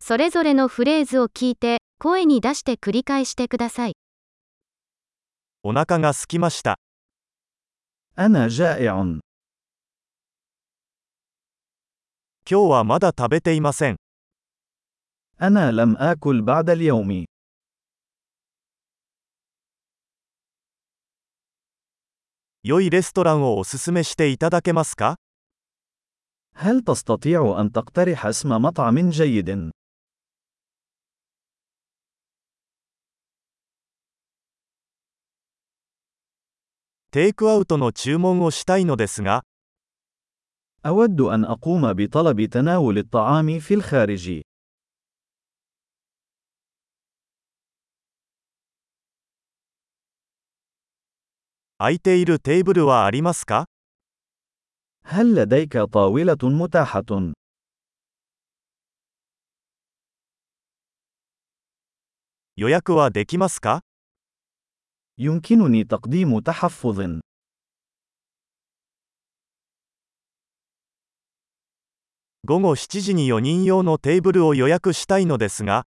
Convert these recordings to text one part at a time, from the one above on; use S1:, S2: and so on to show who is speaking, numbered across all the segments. S1: それぞれのフレーズを聞いて、声に出して繰り返してください。
S2: お腹が空きました。
S3: أنا جائع.
S2: 今日はまだ食べていません。
S3: أنا لم آكل بعد اليوم.
S2: 良いレストランをおすすめしていただけますか
S3: هل تستطيع أن تقترح اسم مطعم جيد؟
S2: テイクアウトの注文をしたいのですが、
S3: أود أن أقوم بطلب تناول الطعام في الخارج.
S2: 空いているテーブルはありますか
S3: هل لديك طاولة متاحة؟
S2: 予約はできますか
S3: يمكنني تقديم تحفظ.
S2: 午後7時に4人用のテーブルを予約したいのですが、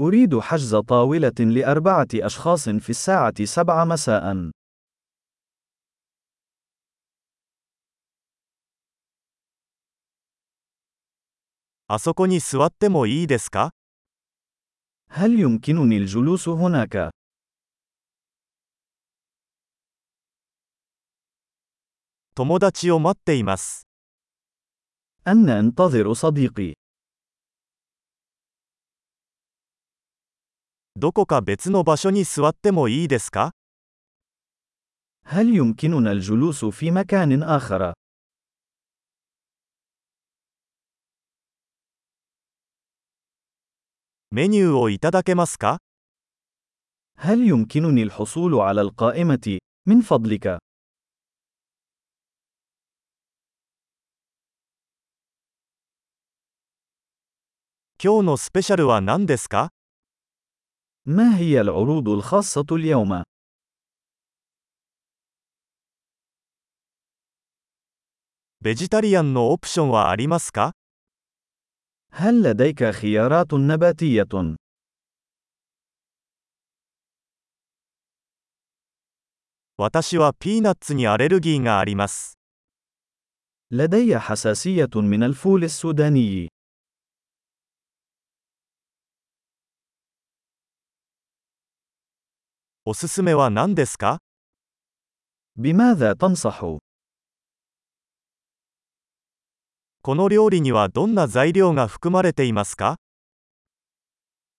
S3: أريد حجز طاولة لأربعة أشخاص في الساعة 7 مساء.
S2: あそこに座ってもいいですか
S3: هل يمكنني الجلوس هناك؟
S2: 友達を待っています。
S3: أنا أنتظر صديقي.
S2: どこか別の場所に座ってもいいですか
S3: هل يمكننا الجلوس في مكان آخر؟
S2: メニューをいただけますか
S3: هل يمكنني الحصول على القائمة؟ من فضلك،
S2: 今日のスペシャルは何ですか
S3: ما هي العروض الخاصة اليوم؟
S2: ベジタリアンのオプションはありますか
S3: هل لديك خيارات نباتية؟
S2: 私はピーナッツにアレルギーがあります。
S3: لدي حساسية من الفول السوداني.
S2: おすすめは何ですか
S3: بماذا تنصح؟
S2: この料理にはどんな材料が含まれていますか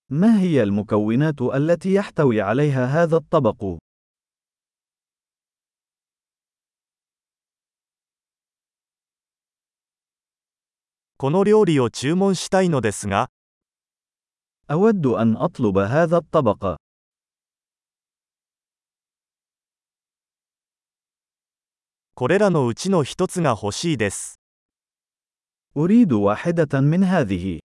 S3: ما هي المكونات التي يحتوي عليها هذا الطبق؟
S2: この料理を注文したいのですが、
S3: أود أن أطلب هذا الطبق.
S2: これらのうちの一つが欲しいです。
S3: أريد واحدة من هذه.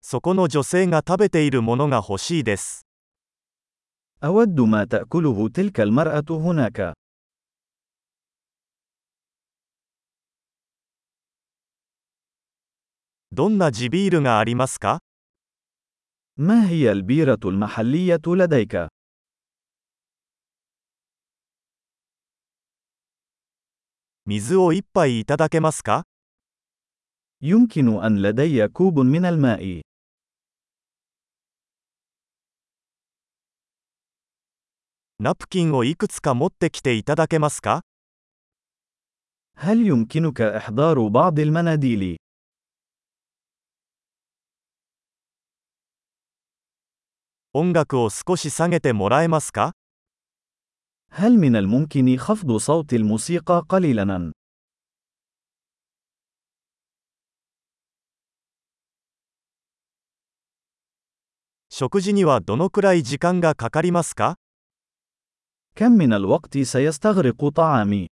S2: そこの女性が食べているものが欲しいです。
S3: أود ما تأكله تلك المرأة هناك.
S2: どんな地ビールがありますか
S3: ما هي البيرة المحلية لديك؟
S2: 水を一杯いただけますか
S3: يمكن أن لدي كوب من الماء.
S2: ナプキンをいくつか持ってきていただけますか
S3: هل يمكنك إحضار بعض المناديل؟
S2: 音楽を少し下げてもらえますか
S3: هل من الممكن خفض صوت الموسيقى قليلاً؟
S2: 食事にはどのくらい時間がかかりますか
S3: كم من الوقت سيستغرق طعامي؟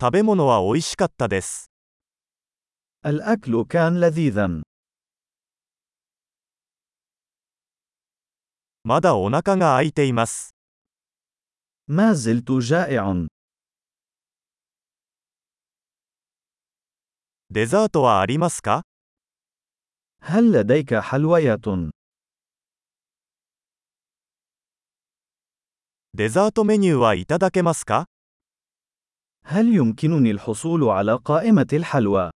S2: 食べ物は美味しかったです。
S3: الأكل كان لذيذاً.
S2: まだお腹が空いています。
S3: ما زلت جائع.
S2: デザートはありますか
S3: هل لديك حلويات؟
S2: デザートメニューはいただけますか
S3: هل يمكنني الحصول على قائمة الحلوى؟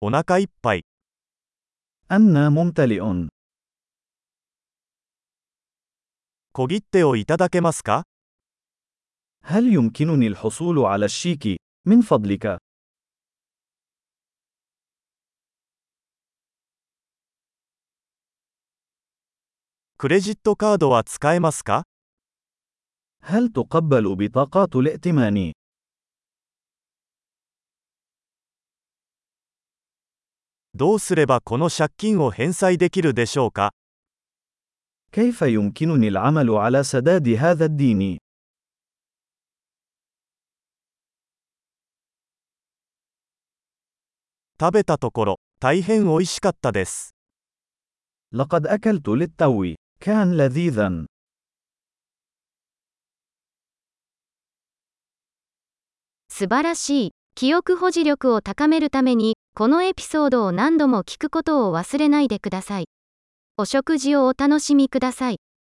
S2: お腹いっぱい。
S3: أنا ممتلئ.
S2: 小切手をいただけますか
S3: هل يمكنني الحصول على الشيك؟ من فضلك،
S2: クレジットカードは使えますか
S3: هل تقبل بطاقات الائتمان؟
S2: どうすればこの借金を返済できるでしょうか
S3: كيف يمكنني العمل على سداد هذا الدين؟
S2: 食べたところ、大変美味しかったです。
S3: لقد أكلت للتو. كان لذيذا.
S1: 素晴らしい。記憶保持力を高めるために、このエピソードを何度も聞くことを忘れないでください。お食事をお楽しみください。